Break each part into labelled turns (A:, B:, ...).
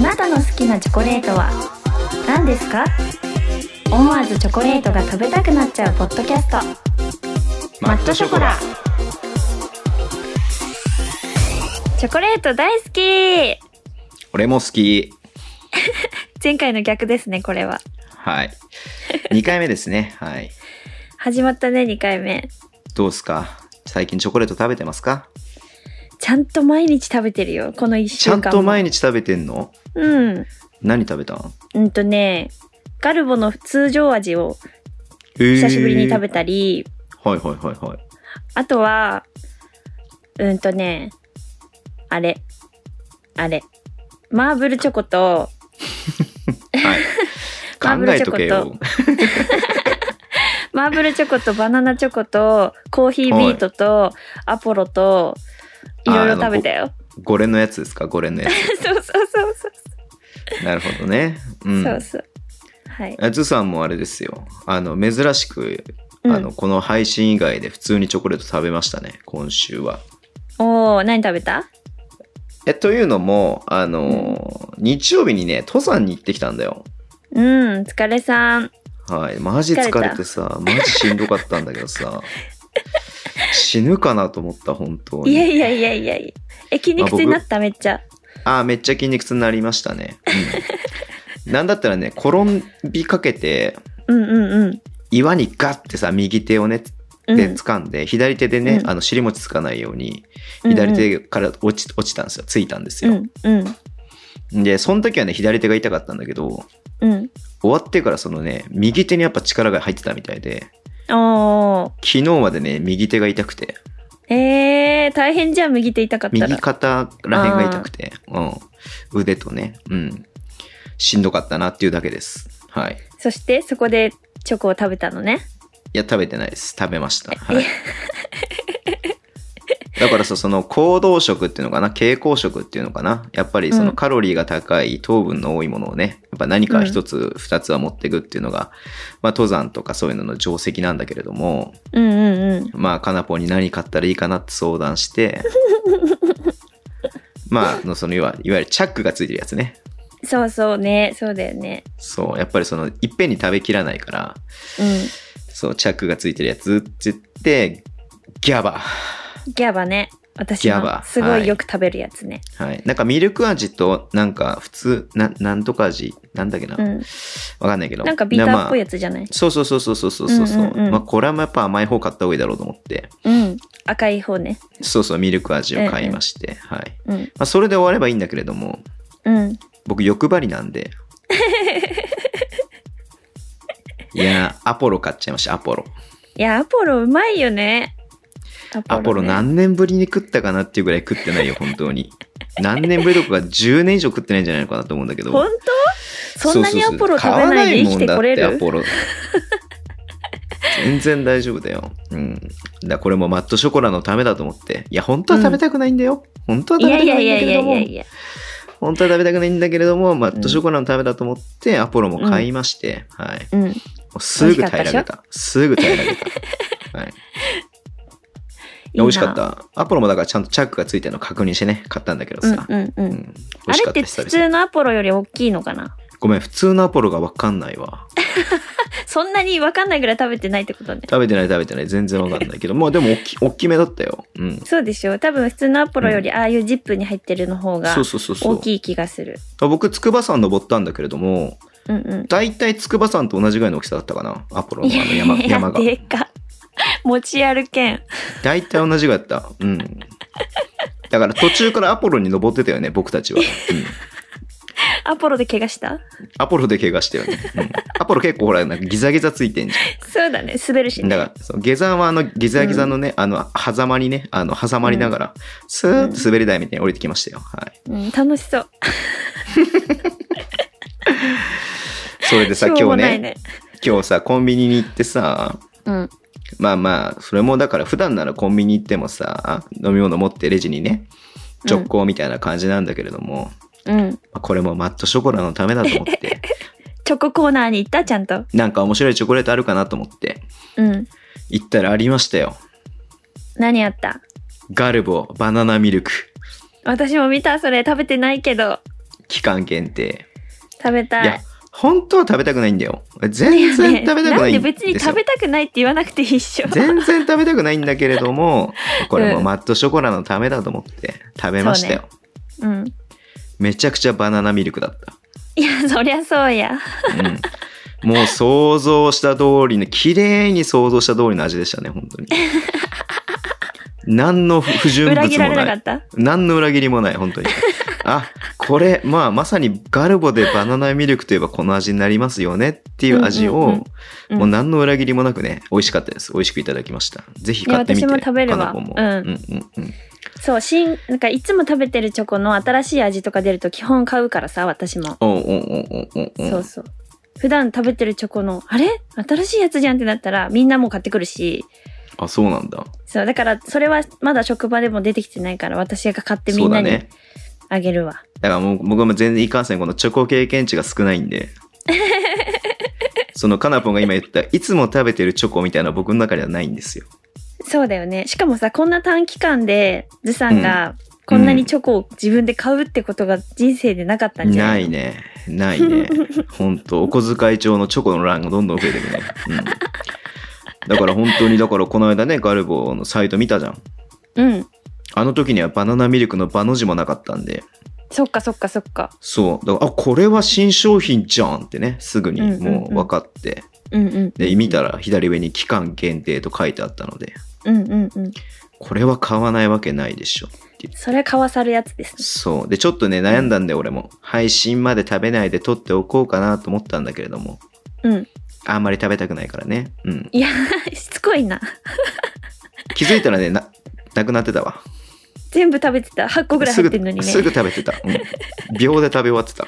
A: なたの好きなチョコレートは何ですか思わずチョコレートが食べたくなっちゃうポッドキャストマットショコラチョコレート大好き
B: 俺も好き
A: 前回の逆ですねこれは
B: はい 2回目ですねはい
A: 始まったね2回目
B: どうですか最近チョコレート食べてますか
A: ちゃんと毎日食べてるよこの1週
B: ちゃ
A: 間
B: ん
A: も
B: と毎日食べてんの
A: うん
B: 何食べたん
A: うんとねガルボの通常味を
B: 久
A: 久しぶりに食べたり、
B: はいはいはいはい
A: あとはうんとねあれあれマーブルチョコと マー
B: はい
A: ブ
B: 考
A: ル
B: え
A: チョコ
B: と
A: と
B: けよ
A: マーブルチョコとバナナチョコとコーヒービートとアポロといろいろ食べたよ。
B: ゴレのやつですかゴレのや
A: そうそうそうそう。
B: つなるほどねうん
A: そうそう。はい。
B: あずさんもあれですよあの珍しくあ
A: うん
B: の、この配信以外で普通にチョコレート食べましたね今週は
A: おお、何食べた？
B: えというのもあの、日曜日にね登山に行ってきたんだよ
A: うん、疲れさん。
B: はいマジ疲れてさマジしんどかったんだけどさ 死ぬかなと思った本当に
A: いやいやいやいやいや。え、筋肉痛になっためっちゃ。
B: あーめっちゃ筋肉痛になりましたね、 うん、なんだったらね転びかけて
A: うんうんうん。
B: 岩にガッてさ右手をね
A: うん
B: で掴んで、左手でね、
A: うん
B: あの尻餅つかないように
A: うんうん
B: 左手から落ち落ちたんですよついたんです
A: う
B: よ、
A: んうん
B: でその時はね左手が痛かったんだけど
A: うん。
B: 終わってからそのね右手にやっぱ力が入ってたみたいで
A: おお。
B: 昨日までね右手が痛くて
A: えー、大変じゃん右手痛かった
B: 右
A: ら。
B: 肩らへんが痛くて、うん、腕とねうんしんどかったなっていうだけですはい
A: そしてそこでチョコを食べたのね。
B: いや食べてないです食べました、 はい、だからさその行動食っていうのかな蛍光食っていうのかなやっぱりそうの
A: ん
B: カロリーが高い糖分の多いものをねやっぱ何か一つ二つは持っていくっていうのが、まあ、登山とかそういうのの定石なんだけれども
A: うんうんうん。
B: まあかなぽんに何買ったらいいかなって相談して まああのその要はいわゆるチャックがついてるやつね
A: そうそうね、そうだよね。
B: そうやっぱりそのいっぺんに食べきらないから
A: う
B: そうチャックがついてるやつって言ってギャバ
A: ん。ギャバね。私
B: ギャバ
A: はすご
B: はい
A: いよく食べるやつね。
B: はい。なんかミルク味と、なんか普通、な、なんとか味、なんだっけな。わ、
A: うん。
B: かんないけど。
A: なんかビターっぽい
B: や
A: やつじゃない。
B: つ。そうそうそうそうそうそうそ
A: う
B: う。
A: んうんうん
B: まあこれはやっぱ甘い方買った方がいいだろうと思って、
A: うん。赤い方ね。
B: そうそう、ミルク味を買いまして、はい。
A: うん。
B: まあそれで終わればいいんだけれども、
A: うん。
B: 僕欲張りな んで。いやー、アポロ買っちゃいました、アポロ。
A: いや、アポロうまいよね。ア
B: アポロ
A: ね
B: 何年ぶりに食ったかなっていうぐらい食ってないよ、本当に。何年ぶりとか10年以上食ってないんじゃないのかなと思うんだけど。
A: 本当そんなにアポロ食べないで生きてこれ
B: 買わな
A: る
B: いもんだってアポロ全然大丈夫だよ。うん。だからこれもマットショコラのためだと思って。いや、本当は食べたくないんだよ。本当はい食べ
A: や
B: たく
A: いや
B: ない
A: い
B: んだ
A: や
B: け
A: い
B: れ
A: や
B: ど
A: いや
B: も。
A: いや。
B: 本当は食べたくないんだけれども、マットショコラのためだと思って、アポロも買いまして、はい。も
A: うん。
B: うすぐ平ら
A: 美味
B: げ
A: しか
B: た。すぐ平らげ た。はい。美味しかっ
A: い
B: た。アポロもだからちゃんとチャックがついてるの確認してね、買ったんだけど
A: いな。
B: さ。
A: うんうんう。
B: うんん美
A: あ
B: 味し
A: れ
B: か
A: っ
B: った
A: て
B: 久
A: 普
B: 々
A: 通のアポロより大きいのかな
B: ごめん、普通のアポロがわかんないわ。
A: そんなに分かんないぐらい食べてないってことね。
B: 食べてない食べてない全然わかんないけどまあでもおっきおっきめだったようん
A: そうでしょ多分普通のアポロよりああいうジップに入ってるの方が
B: そうそうそうそ
A: 大
B: う
A: きい気がする。
B: 僕筑波山登ったんだけれども
A: うんうん。
B: 大体筑波山と同じぐらいの大きさだったかなアポロの
A: いや
B: あの山
A: いや
B: 山が
A: でか。持ち歩けん。
B: 大体同じぐらいだったうんだから途中からアポロに登ってたよね僕たちは、うん
A: アポロで怪我した
B: アポロで怪我したよね、うんアポロ結構ほらなんかギザギザついてんじ
A: そうだね。滑るし
B: ゃんだ
A: ね。
B: からそう下山はあのギザギザのね、あの狭間にねあの挟まりながらスーッと滑り台みたいに降りてきましたよはい
A: うん、楽しそう。
B: それでさ
A: しょ
B: 今
A: うも
B: 日
A: ない
B: ね
A: ね。
B: 今日さコンビニに行ってさ
A: うん。
B: まあまあそれもだから普段ならコンビニ行ってもさ飲み物持ってレジにね直行みたいな感じなんだけれども、
A: うん。
B: まあこれもマットショコラのためだと思って
A: チョココーナーに行ったちゃんと。
B: なんか面白いチョコレートあるかなと思って
A: うん。
B: 行ったらありましたよ
A: 何あった
B: ガルボバナナミルク
A: 私も見た、それ。食べてないけど。
B: 期間限定。
A: 食べた
B: いや
A: い。、
B: 本当は食べたくないんだよ。全然食べたくないんですよ。
A: んで別に食べたくないって言わなくていいっしょ。
B: 全然食べたくないんだけれど も、これ
A: う
B: も
A: ん
B: マットショコラのためだと思って食べましたよ。
A: うん。
B: めちゃくちゃバナナミルクだった。
A: いや、そりゃそうや。
B: うん、もう想像した通りの、綺麗に想像した通りの味でしたね、本 当に。何の不不純物も
A: 裏切られな
B: な
A: か
B: い。
A: った。
B: 何の裏切りもな い、本当に。あ、これ、まあ、まさにガルボでバナナミルクといえばこの味になりますよねっていう味を、
A: うんうんうん
B: もう何の裏切りもなくね、美味しかったです。美味しくいただきました。ぜひ買ってみて。
A: いや私も食べるわ
B: かなこも。
A: うん
B: うんうん
A: そう、新、なんかいつも食べてるチョコの新しい味とか出ると基本買うからさ、私も。
B: おうおうおうおうおうおう
A: そうそう。普段食べてるチョコの、あれ新しいやつじゃんってなったら、みんなもう買ってくるし、
B: あ、そうなんだ。
A: そう、だから、それはまだ職場でも出てきてないから、私が買ってみ
B: そうん
A: な
B: だ
A: に
B: ね。
A: あげるわ。
B: だからもう僕はもう全然いかんせんこのチョコ経験値が少ないん で。そのカナポンが今言ったいつも食べてるチョコみたいな僕の中ではないんですよ。
A: そうだよね。しかもさ、こんな短期間で、ずさんが、こんなにチョコを自分で買うってことが人生でなかったんじゃな
B: ないいね。ない ね。本当お小遣い帳のチョコの欄がどんどん増えてくね。うん。だから本当に、だからこの間ね、ガルボのサイト見たじゃん。
A: うん。
B: あの時にはバナナミルクのバの字もなかったんで、
A: そっかそっかそっか。
B: そう。だから、あ、これは新商品じゃんってね、すぐにもう分かって。
A: うんうん。
B: で、見たら左上に期間限定と書いてあったので、
A: うんうんうん。
B: これは買わないわけないでしょっていう。
A: それ買わさるやつですね。
B: そう。で、ちょっとね、悩んだんで俺も、配信まで食べないで撮っておこうかなと思ったんだけれども、
A: うん。
B: あんまり食べたくないからね。うん。
A: いや、 しつこいな。
B: 気づいたらね、な、なくなってたわ。
A: 全部食べてた。8個ぐらい入ってるのにね。
B: すぐすぐ食べてた。うん。秒で食べ終わってた。
A: っ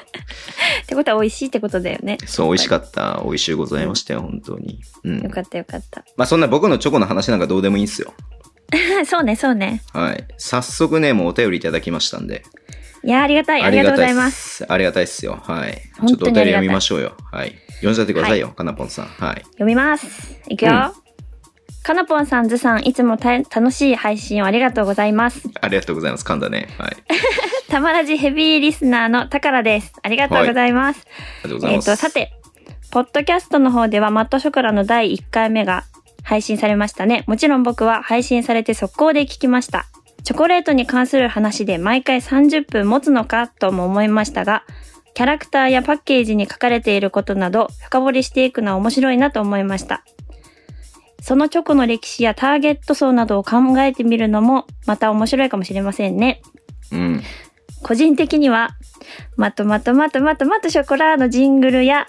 A: てことは美味しいってことだよね。
B: そう、美味しかった。美味しゅうございましたよ、本当に。うん
A: よ。かったよかった。
B: まあ、そんな僕のチョコの話なんかどうでもいいんすよ。
A: そうね、そうね。
B: はい。早速ね、もうお便りいただきましたんで。
A: いや、ありがたい。ありがとうござい
B: ありがたっ
A: ます。
B: す。ありがたいっすよ。はい。ちょ
A: 本
B: っとお
A: 当
B: 便
A: にあ
B: り
A: りがたい
B: 読みましょうよ。はい。読んじゃってくださいよ、かなぽんさん。はい。
A: 読みます。いくよ。
B: うん
A: かなぽんさん、ずさん、いつもた楽しい配信をありがとうございます。
B: ありがとうございます。噛んだね。はい。あり
A: たまらじヘビーリスナーのたからです。ありがとうございます。
B: がとうござ い
A: えっ、
B: ます。
A: と、さて、ポッドキャストの方ではマットショコラの第1回目が配信されましたね。もちろん僕は配信されて速攻で聞きました。チョコレートに関する話で毎回30分持つのかとも思いましたが、キャラクターやパッケージに書かれていることなど深掘りしていくのは面白いなと思いました。そのチョコの歴史やターゲット層などを考えてみるのもまた面白いかもしれませんね。
B: うん。
A: 個人的には、まとまとまとまとまとショコラのジングルや、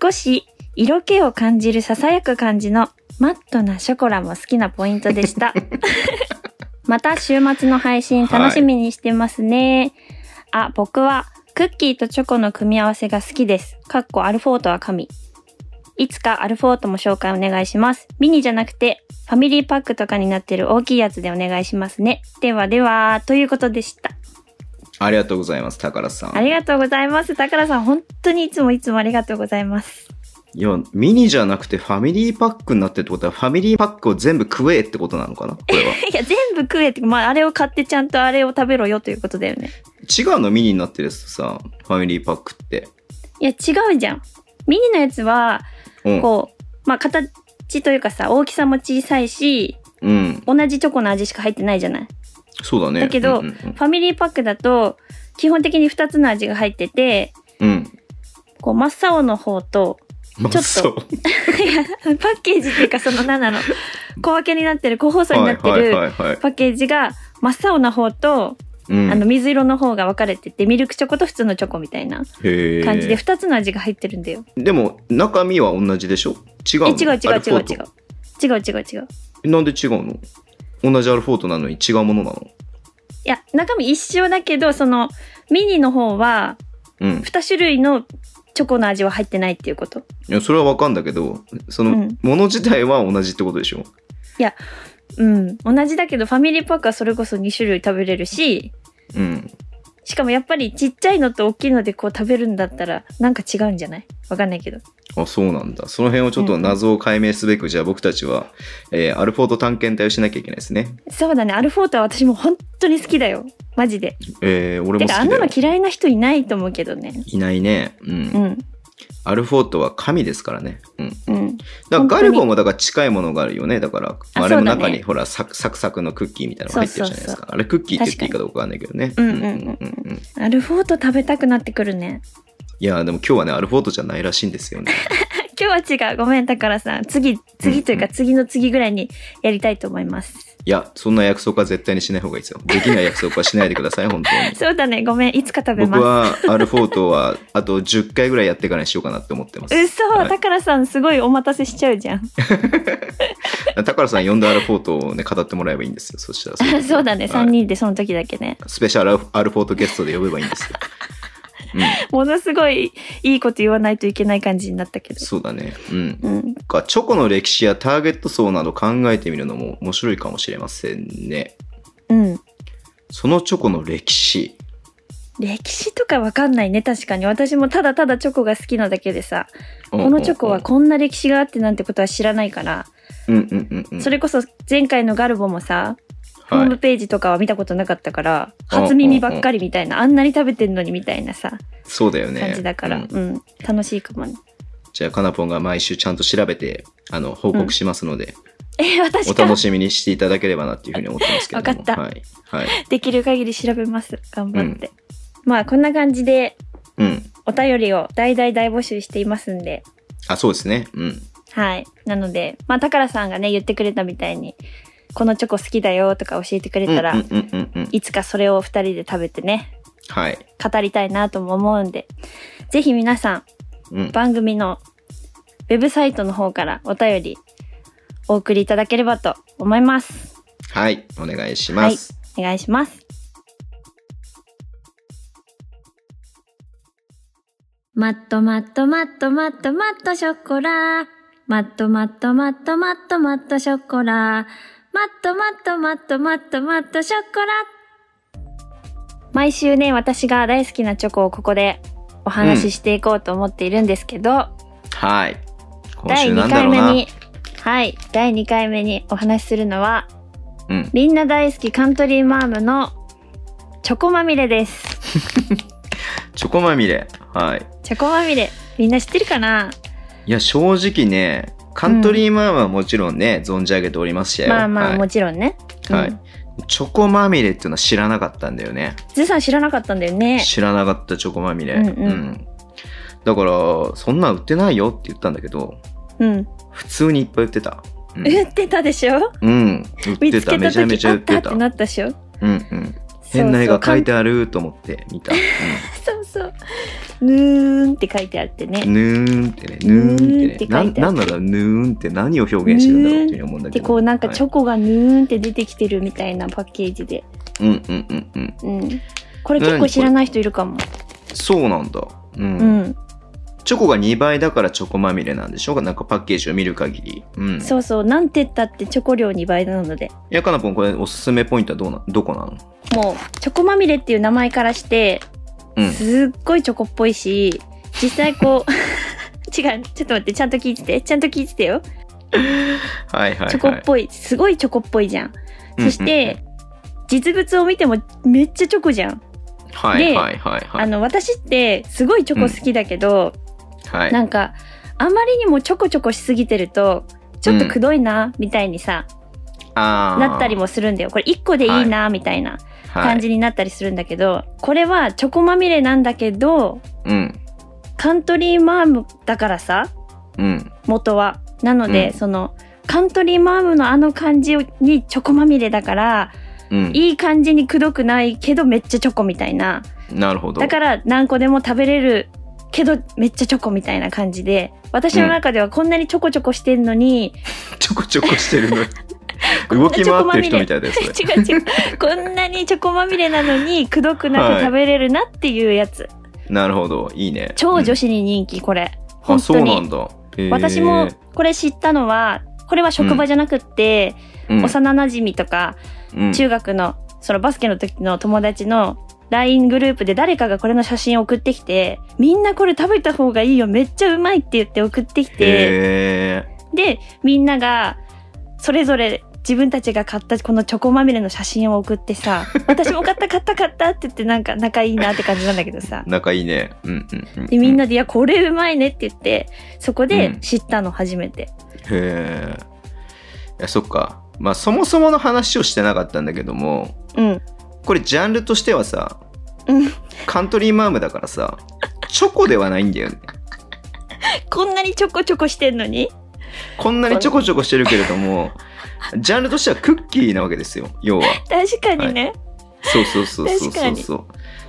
A: 少し色気を感じるささやく感じのマットなショコラも好きなポイントでした。また週末の配信楽しみにしてますね。あ、僕はクッキーとチョコの組み合わせが好きです。かっこアルフォートは神。いつかアルフォートも紹介お願いします。ミニじゃなくて、ファミリーパックとかになってる大きいやつでお願いしますね。ではでは、ということでした。
B: ありがとうございます。宝さん。
A: ありがとうございます。高田さん、本当にいつもいつもありがとうございます。
B: いや、ミニじゃなくてファミリーパックになってるってことは、ファミリーパックを全部食えってことなのかなこ れは。
A: いや、全部食えって、まあ、あれを買ってちゃんとあれを食べろよということだよね。
B: 違うのミニになってるやつとさ、ファミリーパックって。
A: いや、違うじゃん。ミニのやつは、
B: うん。
A: こう、まあ、形というかさ、大きさも小さいし、
B: うん。
A: 同じチョコの味しか入ってないじゃない。
B: そうだね。
A: だけど
B: うんうん
A: ファミリーパックだと、基本的に2つの味が入ってて、
B: うん。うん
A: こう、真っ青の方 と、
B: まあ
A: ちょっと
B: そう
A: いやパッケージっていうか、その何なの、小分けになってる、個包装になって
B: はい
A: る
B: はいはいはい。
A: パッケージが、真っ青な方と、
B: うん
A: あの水色の方が分かれててミルクチョコと普通のチョコみたいな
B: へー
A: 感じで2つの味が入ってるんだよ。
B: でも中身は同じでしょ違う
A: え違
B: の
A: う違う
B: ア
A: 違
B: ルフォ
A: う
B: ート
A: 違う。違う違う違う。
B: なんで違うの同じアルフォートなのに違うものなの
A: いや中身一緒だけどそのミニの方は
B: うん。
A: 2種類のチョコの味は入ってないっていうこと。
B: いや、それはわかんだけど、そうの
A: ん、
B: もの自体は同じってことでしょ
A: うん。同じだけどファミリーパックはそれこそ2種類食べれるし
B: うん。
A: しかもやっぱりちっちゃいのと大きいのでこう食べるんだったらなんか違うんじゃないわかんないけど。
B: あ、そうなんだ。その辺をちょっと謎を解明すべく、じゃあ僕たちは、えーアルフォート探検隊をしなきゃいけないですね。
A: そうだねアルフォートは私も本当に好きだよ。マジで。
B: えー、俺
A: て
B: も好
A: か、あ
B: き
A: ん
B: だ
A: な
B: よ
A: の。嫌いな人いないと思うけどね。
B: いないね。うん。
A: うん。
B: アルフォートは神ですからね。うん。
A: うん。
B: だから
A: 本当に
B: ガルボもだから近いものがあるよね。だから、
A: あ
B: あれも
A: そうだ
B: 中
A: ね
B: にほらサク、サクサクのクッキーみたいなのが入ってるじゃないですか。
A: そ
B: あれクッキーって言っていいかどうかわかんないけどね。
A: 確かにうんうん
B: うん。
A: アルフォート食べたくなってくるね。
B: いや、でも今日はね、アルフォートじゃないらしいんですよね。
A: 今日は違う。ごめん、だからさん。次、次という
B: う
A: か
B: ん
A: 次の次ぐらいにやりたいと思います。
B: いや、そんな約束は絶対にしない方がいいですよ。できない約束はしないでください、本当に。
A: そうだね。ごめん。いつか食べ
B: 僕
A: ま
B: はアルフォートはあと10回ぐらいやってからにしようかなって思ってます
A: す。。嘘、
B: はい
A: だからさん、すごいお待たせしちゃうじゃん。。
B: タカラさん呼んだアルフォートをね、語ってもらえばいいんです よ。そした ら
A: そうだね。
B: は
A: 3
B: い
A: 人でその時だけね。
B: スペシャルアルフアルフォートゲストで呼べばいいんですよ。うん、
A: ものすごいいいこと言わないといけない感じになったけど。
B: そうだね。うん。
A: うん。
B: か、チョコの歴史やターゲット層など考えてみるのも面白いかもしれませんね。
A: うん。
B: そのチョコの歴史。
A: 歴史とかわかんないね。確かに。私もただただチョコが好きなだけでさ。このチョコはこんな歴史があってなんてことは知らないから。
B: うんうんうんうん。
A: それこそ前回のガルボもさ、ホー
B: は
A: ム
B: い。
A: ページとかは見たことなかったから、
B: うん
A: 初耳ばっかりみたいな、あんなに食べてんのにみたいなさ、
B: そうだよね。
A: 感じだから、
B: うん
A: うん、楽しいかもね。
B: じゃあ、かなぽんが毎週ちゃんと調べて、あの、報告しますので、
A: え、私
B: お
A: か
B: 楽しみにしていただければなっていうふうに思ってますけれども。
A: わかった
B: はい。はい。
A: できる限り調べます。頑張って。まあ、こんな感じで、
B: うん。
A: お便りを大々大募集していますんで、
B: あ、そうですね。うん。
A: はい。なので、まあ、たからさんがね、言ってくれたみたいに、このチョコ好きだよとか教えてくれたら、
B: うんうんうんうんうん。
A: いつかそれを二人で食べてね、
B: はい。
A: 語りたいなとも思うんで、ぜひ皆さん、
B: うん。
A: 番組のウェブサイトの方からお便りお送りいただければと思います。
B: はい。お願いします。
A: お願いします。マットマットマットマットマットショコラ。マットマットマットマットマットショコラ。マットマットマットマットマットショコラ。毎週ね、私が大好きなチョコをここでお話ししていこうと思っているんですけど、
B: はい。今
A: 第
B: 週な
A: 2
B: んだ
A: 回
B: ろうな
A: 目。に、はい、第2回目にお話しするのは、
B: うん。
A: みんな大好きカントリーマームのチョコまみれです。
B: チョコまみれ。はい。
A: チョコまみれ、みんな知ってるかない
B: や、正直ね、カントリーマームはもちろんね、存じ上げておりましたよ。
A: まあまあ、
B: はい
A: もちろんね。
B: はい
A: うん
B: チョコまみれっていうのは知らなかったんだよね。
A: ズさん知らなかったんだよね。
B: 知らなかったチョコまみれ。
A: うんうん
B: だから、そんなん売ってないよって言ったんだけど、
A: うん。
B: 普通にいっぱい売ってた。うん。
A: 売ってたでしょ
B: うん売っ
A: 見
B: て
A: つ
B: た。
A: け
B: め
A: た
B: ちゃめ
A: 時
B: ちゃ
A: あ
B: 売っ。
A: ってたったて
B: うんう
A: なったでしょ
B: ん。変な絵が描い
A: て
B: てあると思って 見た。
A: そうそう。ぬーんって書いてあって
B: うん
A: ね。
B: ぬーんってね、ぬーんってね。
A: ぬーんって書
B: な
A: て
B: い
A: ある
B: なんなんだろう、ぬーんって何を表現してるんだろうっていうふうに思うんだけ
A: で、
B: ど。
A: こうなんかチ
B: はい
A: ョコがぬーんって出てきてるみたいなパッケージで。
B: うんうんうんうん。
A: うん。これ結構知らない人いるかも。
B: そうなんだ。うん
A: うん。
B: チョコが2倍だからチョコまみれなんでしょうかなんかパッケージを見る限り。うん。
A: そうそう、なんて言ったってチョコ量2倍なので、
B: やかなぽん、これおすすめポイントはどうな、どこなの
A: もう、チョコまみれっていう名前からして、
B: うん。
A: すっごいチョコっぽいし、実際こう、違う、 ちょっと待って、ちゃんと聞いてて、ちゃんと聞いててよ。
B: はいはい、はい。
A: チョコっぽい、すごいチョコっぽいじゃん。そし
B: うんうん
A: て、実物を見てもめっちゃチョコじゃん。
B: うん、はいはいはいは
A: あ
B: い。
A: の、私ってすごいチョコ好きだけど、
B: はい。
A: なんか、あまりにもチョコチョコしすぎてると、ちょっとくどいな、みたいにさ、
B: あー
A: なったりもするんだよ。これ1個でいいな、みたいな。感じになったりするんだけど、これはチョコまみれなんだけど
B: はい。うん。
A: カントリーマームだからさ
B: うん。
A: 元はなので、
B: うん
A: そのカントリーマームのあの感じにチョコまみれだから
B: うん。
A: いい感じにくどくないけどめっちゃチョコみたいな
B: なるほど。
A: だから何個でも食べれるけどめっちゃチョコみたいな感じで私の中ではこんなにチョコチョコしてんのに、
B: チョコチョコしてるの。 動き回ってる人みたいです。それ
A: 違う 違うこんなにチョコまみれなのにくどくなく食べれるなっていうやつ、
B: なるほど。いいね。
A: 超女
B: 子、
A: 子に人気これ。
B: うんあ、
A: 本
B: そ
A: 当
B: う
A: に
B: なんだ。へー
A: 私も、これ知ったのはこれは職場じゃなくって、
B: うん、
A: 幼なじみとか、
B: うん
A: 中学のそのバスケの時の友達の LINE グループで誰かがこれの写真を送ってきてみんなこれ食べた方がいいよめっちゃうまいって言って送ってきて
B: へ
A: でみんながそれぞれ自分たちが買ったこのチョコまみれの写真を送ってさ、 私も買った買った買ったって言ってなんか仲いいなって感じなんだけどさ。
B: 仲いいね。うんうんうん、うん。
A: で、みんな
B: へ
A: で、いや、これうまいねって言って、そこ
B: う
A: で
B: ん
A: 知ったの初めて。
B: え。いや、そっか。まあ、そもそもの話をしてなかったんだけども、
A: うん。
B: これジャンルとしてはさ、
A: うん
B: カントリーマームだからさ、チョコではないんだよね。
A: こんなにちょこちょこしてんのに
B: こんなにちょこちょこしてるけれ ども、ジャンルとしてはクッキーなわけですよ、要は。
A: 確かにね。
B: そうそうそうそうそ
A: 確
B: う
A: か
B: そう。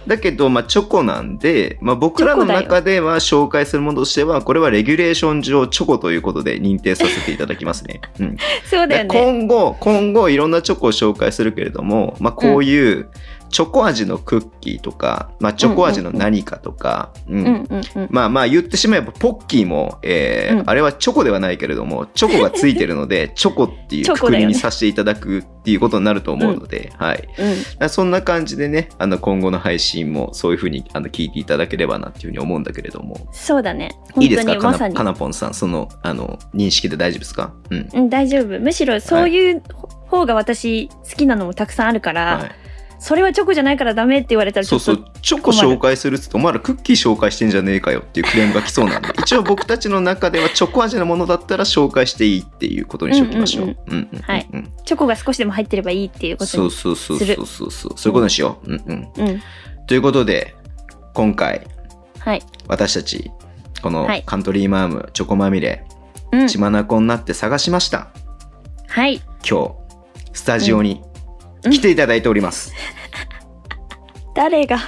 B: だけど、まあ、チョコなんで、まあ、僕ら
A: チョ
B: の
A: コだよ
B: 中では紹介するものとしては、これはレギュレーション上チョコということで認定させていただきます ね。うん、
A: そうだよ
B: で
A: ね。
B: 今後、今後いろんなチョコを紹介するけれども、まあ、こういうチョコ味のクッキーとか、まあ、チョコ味の何かとか、うん
A: うんうんうん。
B: まあまあ言ってしまえばポッキーも、えー
A: うん
B: あれはチョコではないけれどもチョコがついてるのでチョコってい
A: チ
B: う
A: ョコ
B: くく
A: だよね
B: りにさせていただくっていうことになると思うので、はい、だか
A: うん
B: らそんな感じでねあの今後の配信もそういうふうにあの聞いていただければなっていうふうに思うんだけれども
A: そうだね。本当に
B: いいですかか
A: まさ
B: な
A: に
B: か。なぽんさんそのあの認識で大丈夫ですかうん
A: うん、大丈夫。むしろそういう方が私好きなのもたくさんあるから、
B: はい、
A: それはチョコじゃないからダメって言われたらち
B: そ
A: ょ
B: う
A: っと。
B: そうチョコ紹介するっつってお前らクッキー紹介してんじゃねえかよっていうクレームが来そうなん で一応僕たちの中ではチョコ味のものだったら紹介していいっていうことにしておきましょう。
A: うん
B: うんうんうん
A: はいチョコが少しでも入ってればいいっていうこと
B: そう
A: に。
B: そうそう
A: す
B: そ
A: る
B: うそうそうそういうことにしよう、うんうん、
A: うん。
B: ということで今回
A: はい。
B: 私たちこの
A: はい
B: カントリーマームチョコまみれ
A: うん。
B: 血眼になって探しました
A: はい。
B: 今日スタジオに
A: うん
B: 来ていただいております、
A: 誰が、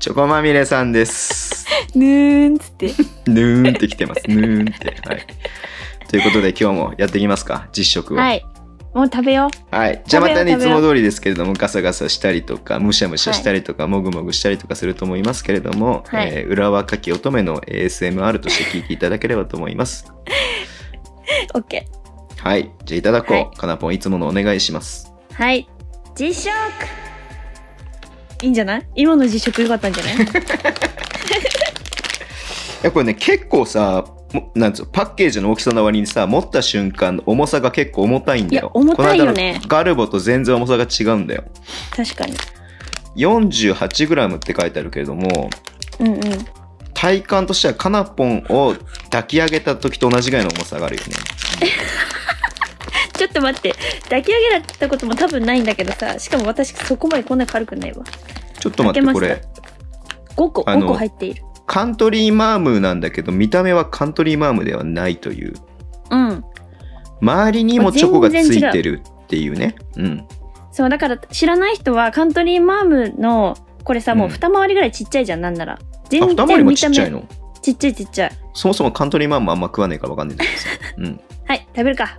B: チョコまみれさ んです
A: ぬーんっつって。
B: ぬーんって来てますぬーんってはいということで今日もやっていきますか実食を、
A: はいい。もう食べよ
B: はいじゃあまたねい
A: 食べ
B: つ
A: よう
B: も通りですけれどもガサガサしたりとかむしゃむしゃしたりとか、もぐもぐしたりとかすると思いますけれども、
A: はい
B: えー裏若き乙女の ASMR として聞いていただければと思います
A: う。オッケ
B: はい。じゃあいただこう。
A: はい
B: かなぽん、いつものお願いします。
A: ー。はい。実食いいんじゃない今の実食よかったんじ ゃない
B: いや、これね、結構さ、もなんつうのパッケージの大きさの割にさ、持った瞬間の重さが結構重たいんだよ。
A: いや重たいよね
B: この間のガルボと全然重さが違うんだよ。
A: 確かに。
B: 48g って書いてあるけれども、
A: うんうん。
B: 体感としてはかなぽんを抱き上げた時と同じぐらいの重さがあるよね。
A: ちょっと待って。抱き上げられたことも多分ないんだけどさ。しかも私そこまでこんな軽くないわ。
B: ちょっと待
A: 抱け
B: って、こ
A: ました
B: れ。
A: 5個、
B: あの
A: 5個入っている。
B: カントリーマームなんだけど、見た目はカントリーマームではないという。
A: うん。
B: 周りにもチョコがついてるっていうね。うん。
A: そう、だから知らない人はカントリーマームの、これさ、もう
B: うん
A: 二回りぐらいちっちゃいじゃん、なんなら。
B: あ、
A: 全
B: 二回り
A: 然
B: も
A: 見
B: ち
A: た
B: っちゃ
A: 目
B: い。の
A: ちっちゃいちっちゃい。
B: そもそもカントリーマンもあんま食わねえからわかんないんだけどさ。うん。
A: はい、食べるか。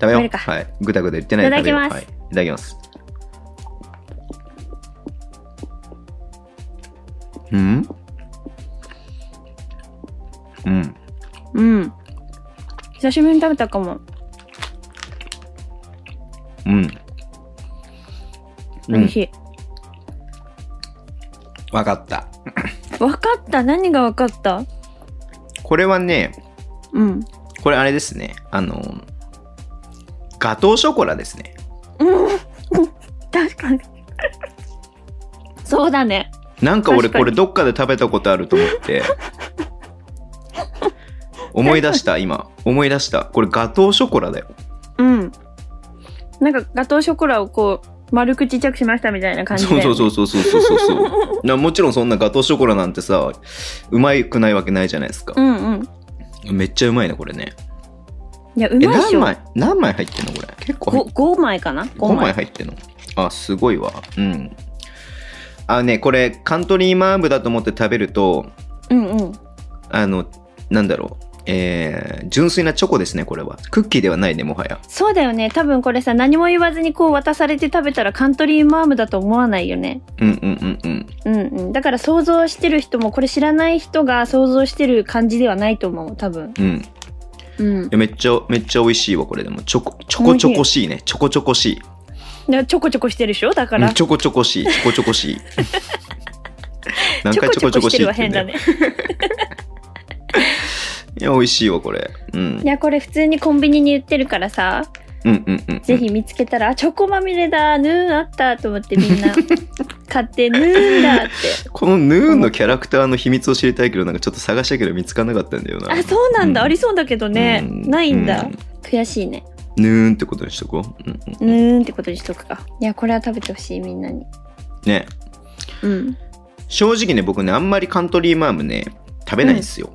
B: 食べ
A: 食べ
B: よう。
A: るか
B: はい。ぐだぐだ言ってないで食べよう。
A: いただきます
B: はい。いただきます。うんうん。
A: うん。久しぶりに食べたかも。
B: うん。う
A: 美
B: ん
A: 味。し
B: わかった。
A: い。わ、かった。何がわかった
B: これはね、
A: うん。
B: これあれですね。あの、ガトーショコラですね。
A: 確かに。 そうだね。
B: なんか俺
A: 確かに
B: これどっかで食べたことあると思 って。思い出した、今。思い出した。これガトーショコラだよ。
A: うん。なんか、ガトーショコラをこう、丸くちっちゃくしましたみたいな感じで。
B: そうそうそうそうそうそ うそうなもちろんそんなガトーショコラなんてさうまくないわけないじゃないですか
A: う、んうん。
B: めっちゃうまいなこれね
A: いや、う
B: え
A: まいっし
B: 何
A: ょ。
B: 枚何枚入ってんのこれ結構入っ
A: 5, 5枚かな
B: 5
A: ?5
B: 枚
A: 枚。
B: 入ってんのあすごいわうんあねこれカントリーマームだと思って食べると
A: うんうん。
B: あのなんだろうえー、純粋なチョコですねこれはクッキーではないねもはや
A: そうだよね。多分これさ、何も言わずにこう渡されて食べたらカントリーマームだと思わないよね。
B: うんうんうんうん
A: うんうん。だから想像してる人も、これ知らない人が想像してる感じではないと思う、多分。
B: うん
A: う
B: い
A: ん。だか
B: やめっちゃめっちゃ美味しいわこれでもチョコチョコチョコしいねチョコチョコしい
A: らちょこちょこしてるでしょだか
B: う
A: ら。
B: んちょこちょこしいちょこちょこ しい何
A: ちょ
B: 回
A: こ
B: ち
A: ち
B: ょこ
A: ょ
B: ちょ
A: こ
B: こ
A: して
B: し
A: る
B: い
A: は
B: って
A: 変
B: 言うんだ
A: だ
B: よ
A: ね。
B: いや美味しいわこれう
A: い
B: ん
A: や、これ普通にコンビニに売ってるからさ、
B: うんうんうん。
A: ぜひ見つけたら、あ、チョコまみれだ、ヌーンあったと思ってみ んな買って、ヌーンだって。
B: このヌーンのキャラクターの秘密を知りたいけど、なんかちょっと探したけど見つからなかったんだよな。
A: あ、そうなんだ、
B: うん
A: ありそうだけどね。
B: うん
A: ないんだ、
B: うん
A: 悔しいね。
B: ヌーンってことにしとこう。うんうん
A: ヌーンってことにしとくか。いや、これは食べてほしい、みんなに。
B: ね。
A: うん。
B: 正直ね、僕ね、あんまりカントリーマームね、食べないんですよ。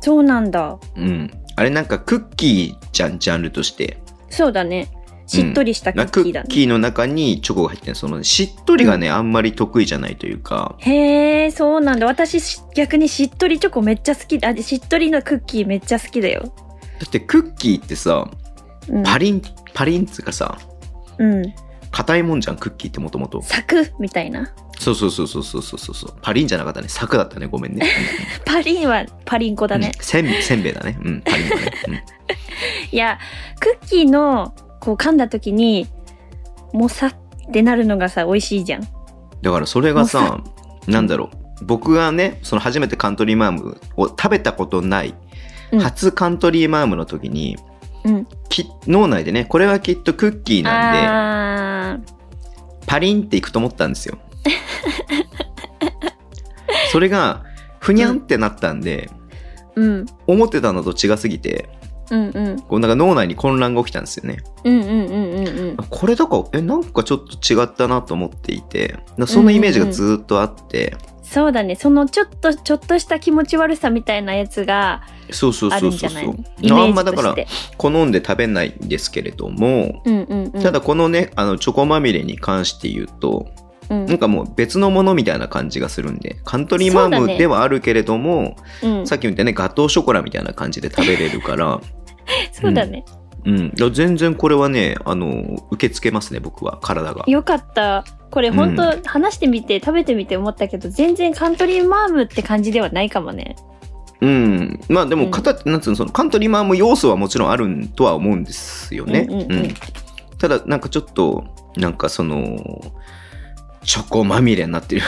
A: そうなんだ。
B: うん。あれなんかクッキーじゃん、ジャンルとして。
A: そうだね。しっとりしたク
B: な
A: ッキ
B: ク
A: ーだ
B: ッ
A: ね。
B: キーの中にチョコが入ってるそのしっとりがね、あんまり得意じゃないというか、
A: へえ、そうなんだ。私、し逆にしっとりチョコめっちゃ好きだ。あしっとりのクッキーめっちゃ好きだよ。
B: だってクッキーってさ、
A: うん。
B: パリン、パリンっつうかさ、
A: うん。
B: 硬いもんじゃん、クッキーってもともと。
A: サクみたいな。
B: そうそうそうそうそうそうそう。パリンじゃなかったね。柵だったね。ごめんね。
A: パリンはパリン コだね。
B: うんせんせんべいだね。うん、パリンだね。
A: いや、クッキーの、こう噛んだ時に、もさってなるのがさ、美味しいじゃん。
B: うんだからそれがさ、なんだろう。僕がね、その初めてカントリーマームを食べたことない、
A: うん
B: 初カントリーマームの時に、
A: うん。
B: き脳内でね、これはきっとクッキーなんで、
A: あー
B: パリンっていくと思ったんですよ。それが、ふにゃんってなったんで、
A: うん。
B: 思ってたのと違すぎて、
A: うんうん。
B: こうなんか脳内に混乱が起きたんですよね。
A: うんうんうんうんうん。
B: これだからえなんかちょっと違ったなと思っていてそのイメージがずっとあって、
A: そうだね。そのちょっと、ちょっとした気持ち悪さみたいなやつが
B: そうそう
A: あ
B: そ
A: る
B: うん
A: じ
B: そう
A: ゃな
B: そ
A: いうのイメ
B: あんま
A: ー
B: だ
A: ジと
B: か
A: し
B: ら
A: て。
B: 好んで食べないんですけれども、
A: うんうんうん。
B: ただ、このねあのチョコまみれに関して言うと
A: うん
B: なんかもう別のものみたいな感じがするんでカントリーマ
A: そ
B: ー
A: うだ
B: ム
A: ね
B: ではあるけれども、
A: うん
B: さっき言ったねガトーショコラみたいな感じで食べれるから
A: そうだね。
B: うんだから全然これはねあの受け付けますね僕は体が
A: よかった。これ本
B: う
A: 当話してみて、食べてみて思ったけど、全然カントリーマームって感じではないかもね。
B: うん、まあで
A: う
B: も
A: ん
B: 片、なんつうのそのカントリーマーム要素はもちろんあるんとは思うんですよね。
A: うんうんうん
B: ただなんかちょっとなんかそのチョコまみれに なってる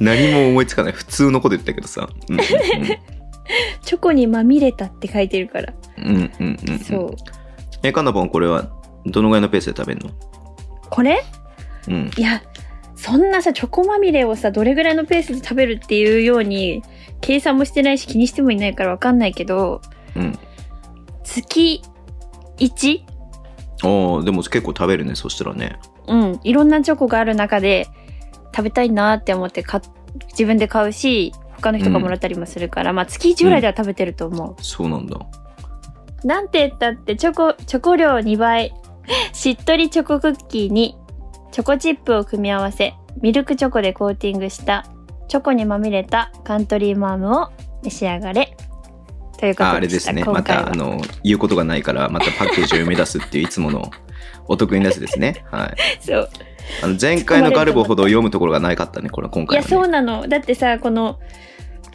B: 何も思いつかない普通のこと言ったけどさ。うんう
A: チョコにまみれたって書いてるから。
B: んうんうんうんうん
A: そう。
B: えかなぽんこれはどのぐらいのペースで食べるの
A: これ
B: うん
A: いや、そんなさ、チョコまみれをさ、どれぐらいのペースで食べるっていうように、計算もしてないし気にしてもいないからわかんないけど、
B: うん。
A: 月 1?
B: ああでも結構食べるねそしたらね。
A: うん。いろんなチョコがある中で、食べたいなって思って買っ自分で買うし、他の人がもらったりもするから、まあ月1ぐらいでは食べてると思う。
B: そうなんだ。
A: なんて言ったってチョコ、チョコ量2倍。しっとりチョコクッキーに、チョコチップを組み合わせ、ミルクチョコでコーティングした、チョコにまみれたカントリーマームを召し上がれ。というこ
B: ああ
A: と
B: れ
A: で
B: で
A: した。
B: すね。
A: 今
B: ま
A: 回は
B: た、あの、言うことがないから、またパッケージを読み出すっていう、いつ ものお得意なやつですね。はい。
A: そう。
B: あの、前回のガルボほど読むところがないかった ね、これ、今
A: い
B: 回
A: や、
B: は、
A: そう
B: ね。
A: なの。だってさ、この、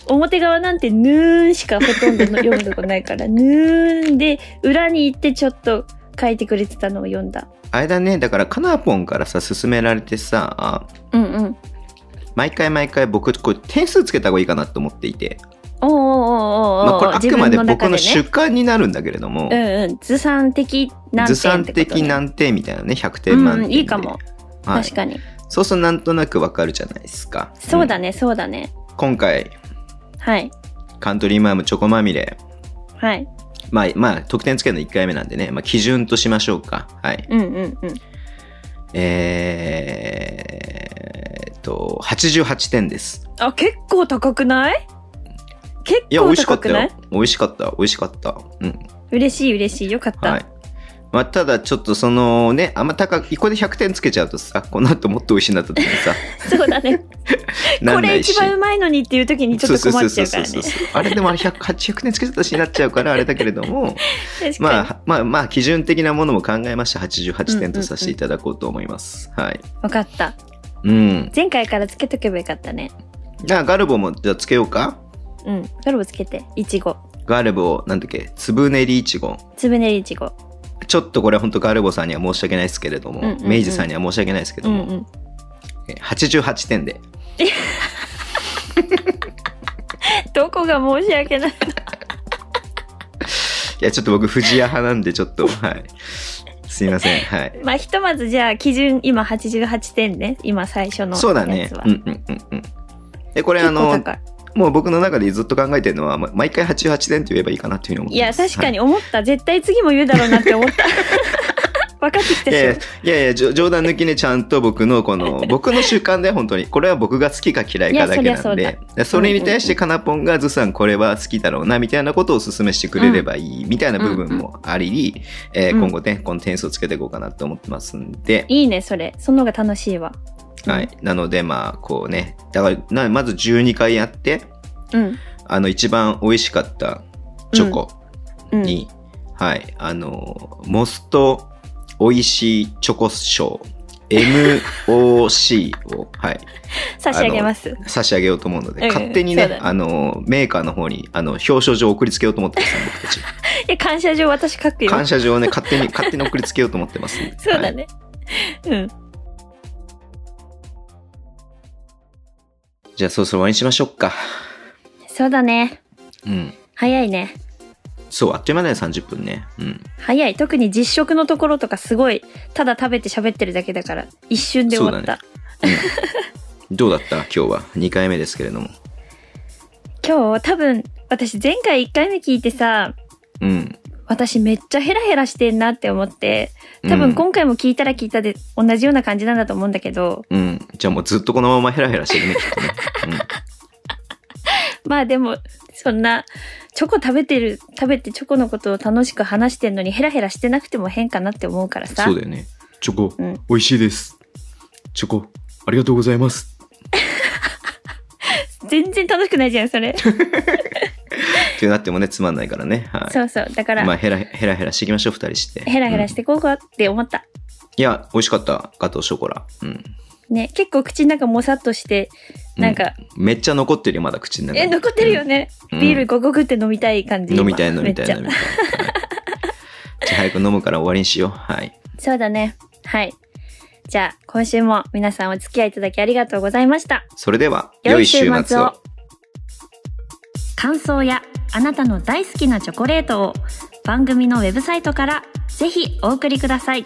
A: 表側なんてぬーんしかほとんどの読むとこないから、 ぬーんで、裏に行ってちょっと書いてくれてたのを読んだ。
B: あれだね、だから、カナポンからさ、勧められてさ、
A: うんうん。
B: 毎回毎回僕、これ点数つけた方がいいかなと思っていて、
A: おーおーおーおーおー
B: まあ、これあくまで僕
A: 自
B: の
A: 分中
B: 主観になるんだけれども、
A: うんうん、ずさん的難
B: ず
A: 点
B: さ
A: っ
B: ん
A: てこと、ね、
B: 的難点みたいなね、100点満点で、
A: うんいいかも、
B: はい。
A: 確かに
B: そうするとなんとなくわかるじゃないですか。
A: そうだ
B: ね。
A: ね、そうだね
B: 今回、
A: はい
B: カントリーマームチョコまみれ、
A: はい
B: まあ、まあ、得点つけるの1回目なんでね、まあ、基準としましょうか。はい。
A: うんうんうん
B: えーっと、88点です。
A: あ結構高くない結
B: いや、美
A: 構
B: 味しか
A: 高
B: っ
A: く
B: た
A: ない
B: よ。美味しかった、美味しかった。うん。
A: 嬉しい嬉しいよかった、
B: はい。まあ、ただ、ちょっとそのね、あんま高く、これで100点つけちゃうとさ、この後もっと美味しいなった時に さ、
A: そうだね
B: な
A: こ
B: ん な
A: れ
B: いし。
A: 一番うまいのにっていう時にちょっと困っちゃうから
B: そ
A: ね
B: うそうそうそうそうあれでもあれ100 800点つけちゃったしになっちゃうからあれだけれ ども、
A: 確
B: ま
A: か
B: あ、まあ、まあ、基準的なものも考えまして88点とさせていただこうと思います。はい。
A: に分かった
B: うん。
A: 前回からつけとけばよかったね
B: じゃあ、ガルボも、じゃあつけようか。
A: うんガルボつけていちご
B: ガルボ、なんだっけ、つぶねりいちご。
A: つぶねりいちご
B: ちょっとこれは本当ガルボさんには申し訳ないですけれども、
A: うんうんうん
B: 明治さんには申し訳ないですけ
A: う
B: ど
A: ん
B: も、
A: うん
B: えー88点で。
A: どこが申し訳ない
B: いや、ちょっと僕、藤屋派なんで、ちょっと、 はい。すいません。はい。
A: まあ、ひとまずじゃあ、基準、今88点ね。今最初のやつは。
B: そうだね。うんうんうんうん。で、これ、あ
A: 結構
B: の、
A: 高い。
B: もう僕の中でずっと考えてるのは、ま毎回88点って言えばいいかなっていうふうに思っ
A: い
B: てま
A: や、
B: す。
A: 確か
B: に。
A: に思った。絶対次も言うだろうなって思 った。分かってきた
B: いやいや
A: し
B: い。やいや、じょ冗談抜きね、ちゃんと僕の この、僕の習慣で本当に、これは僕が好きか嫌いかだけ
A: いやそりゃそう
B: な
A: んだ
B: で、でそれに対してかなぽんがずさんこれは好きだろうな、みたいなことをお勧めしてくれればいい、みたいな部分もあり、えー
A: うん
B: 今後ね、この点数をつけていこうかなと思ってますんで、
A: いいね、それ。その方が楽しいわ。
B: はい。なので、まあ、こうね、だから、なまず12回やって、
A: うん。
B: あの、一番美味しかったチョコ
A: うん。
B: に、はい、あの、モスト美味しいチョコ賞、MOC を、はい、
A: 差し上げます。
B: 差し上げようと思うの
A: う
B: で、
A: ん
B: 勝手に
A: そうだ
B: ね
A: ね、
B: あの、メーカーの方に、あの、表彰状を送りつけようと思ってます、僕 たち。
A: いや、感謝状私書くよ。
B: 感謝状をね、勝手に、勝手に送りつけようと思ってますんで。
A: そう
B: は
A: だ
B: い
A: ね。うん。
B: じゃあ、そろそろ終わりにしましょうか。
A: そうだね。
B: うん。
A: 早いね。
B: そう、あっという間だよ、30分ね。 うん。
A: 早い。特に実食のところとかすごい、ただ食べて喋ってるだけだから、一瞬で終わった。
B: どうだった今日は。2回目ですけれども。
A: 今日多分、私前回1回目聞いてさ、
B: うん。
A: 私めっちゃヘラヘラしてんなって思って、
B: うん
A: 多分今回も聞いたら聞いたで同じような感じなんだと思うんだけど、
B: うん。じゃあもうずっとこのままヘラヘラしてるね、きっとね。うん。
A: まあでも、そんな、チョコ食べてる、食べてチョコのことを楽しく話してんのにヘラヘラしてなくても変かなって思うからさ。
B: そうだよね。チョコ、
A: うん
B: 美味しいです。チョコ、ありがとうございます。
A: 全然楽しくないじゃん、そ れ。
B: ってなってもね、つまんないからね。はい。
A: そうそう。だから、
B: まあ、ヘラヘラヘラしていきましょう、二人して。。
A: ヘラヘラしててこうかって思った。
B: いや、美味しかった。ガトーショコラ。うん。
A: ね、結構口の中もさっとして、なんか、
B: めっちゃ残ってるよ、まだ口の中に。
A: え、残ってるよね。
B: うん
A: ビールゴクゴクって飲みたい感じ。
B: うん。飲みたい、飲みたい、飲
A: めっち
B: みたい。はいじゃあ早く飲むから終わりにしよう。はい。
A: ゃそうだね。はい。じゃあ、今週も皆さんお付き合いいただきありがとうございました。
B: それでは、
A: 良
B: 良
A: い
B: い
A: 週
B: 週
A: 末
B: 末
A: を
B: を。
A: 感想やあなたの大好きなチョコレートを番組のウェブサイトからぜひお送りください。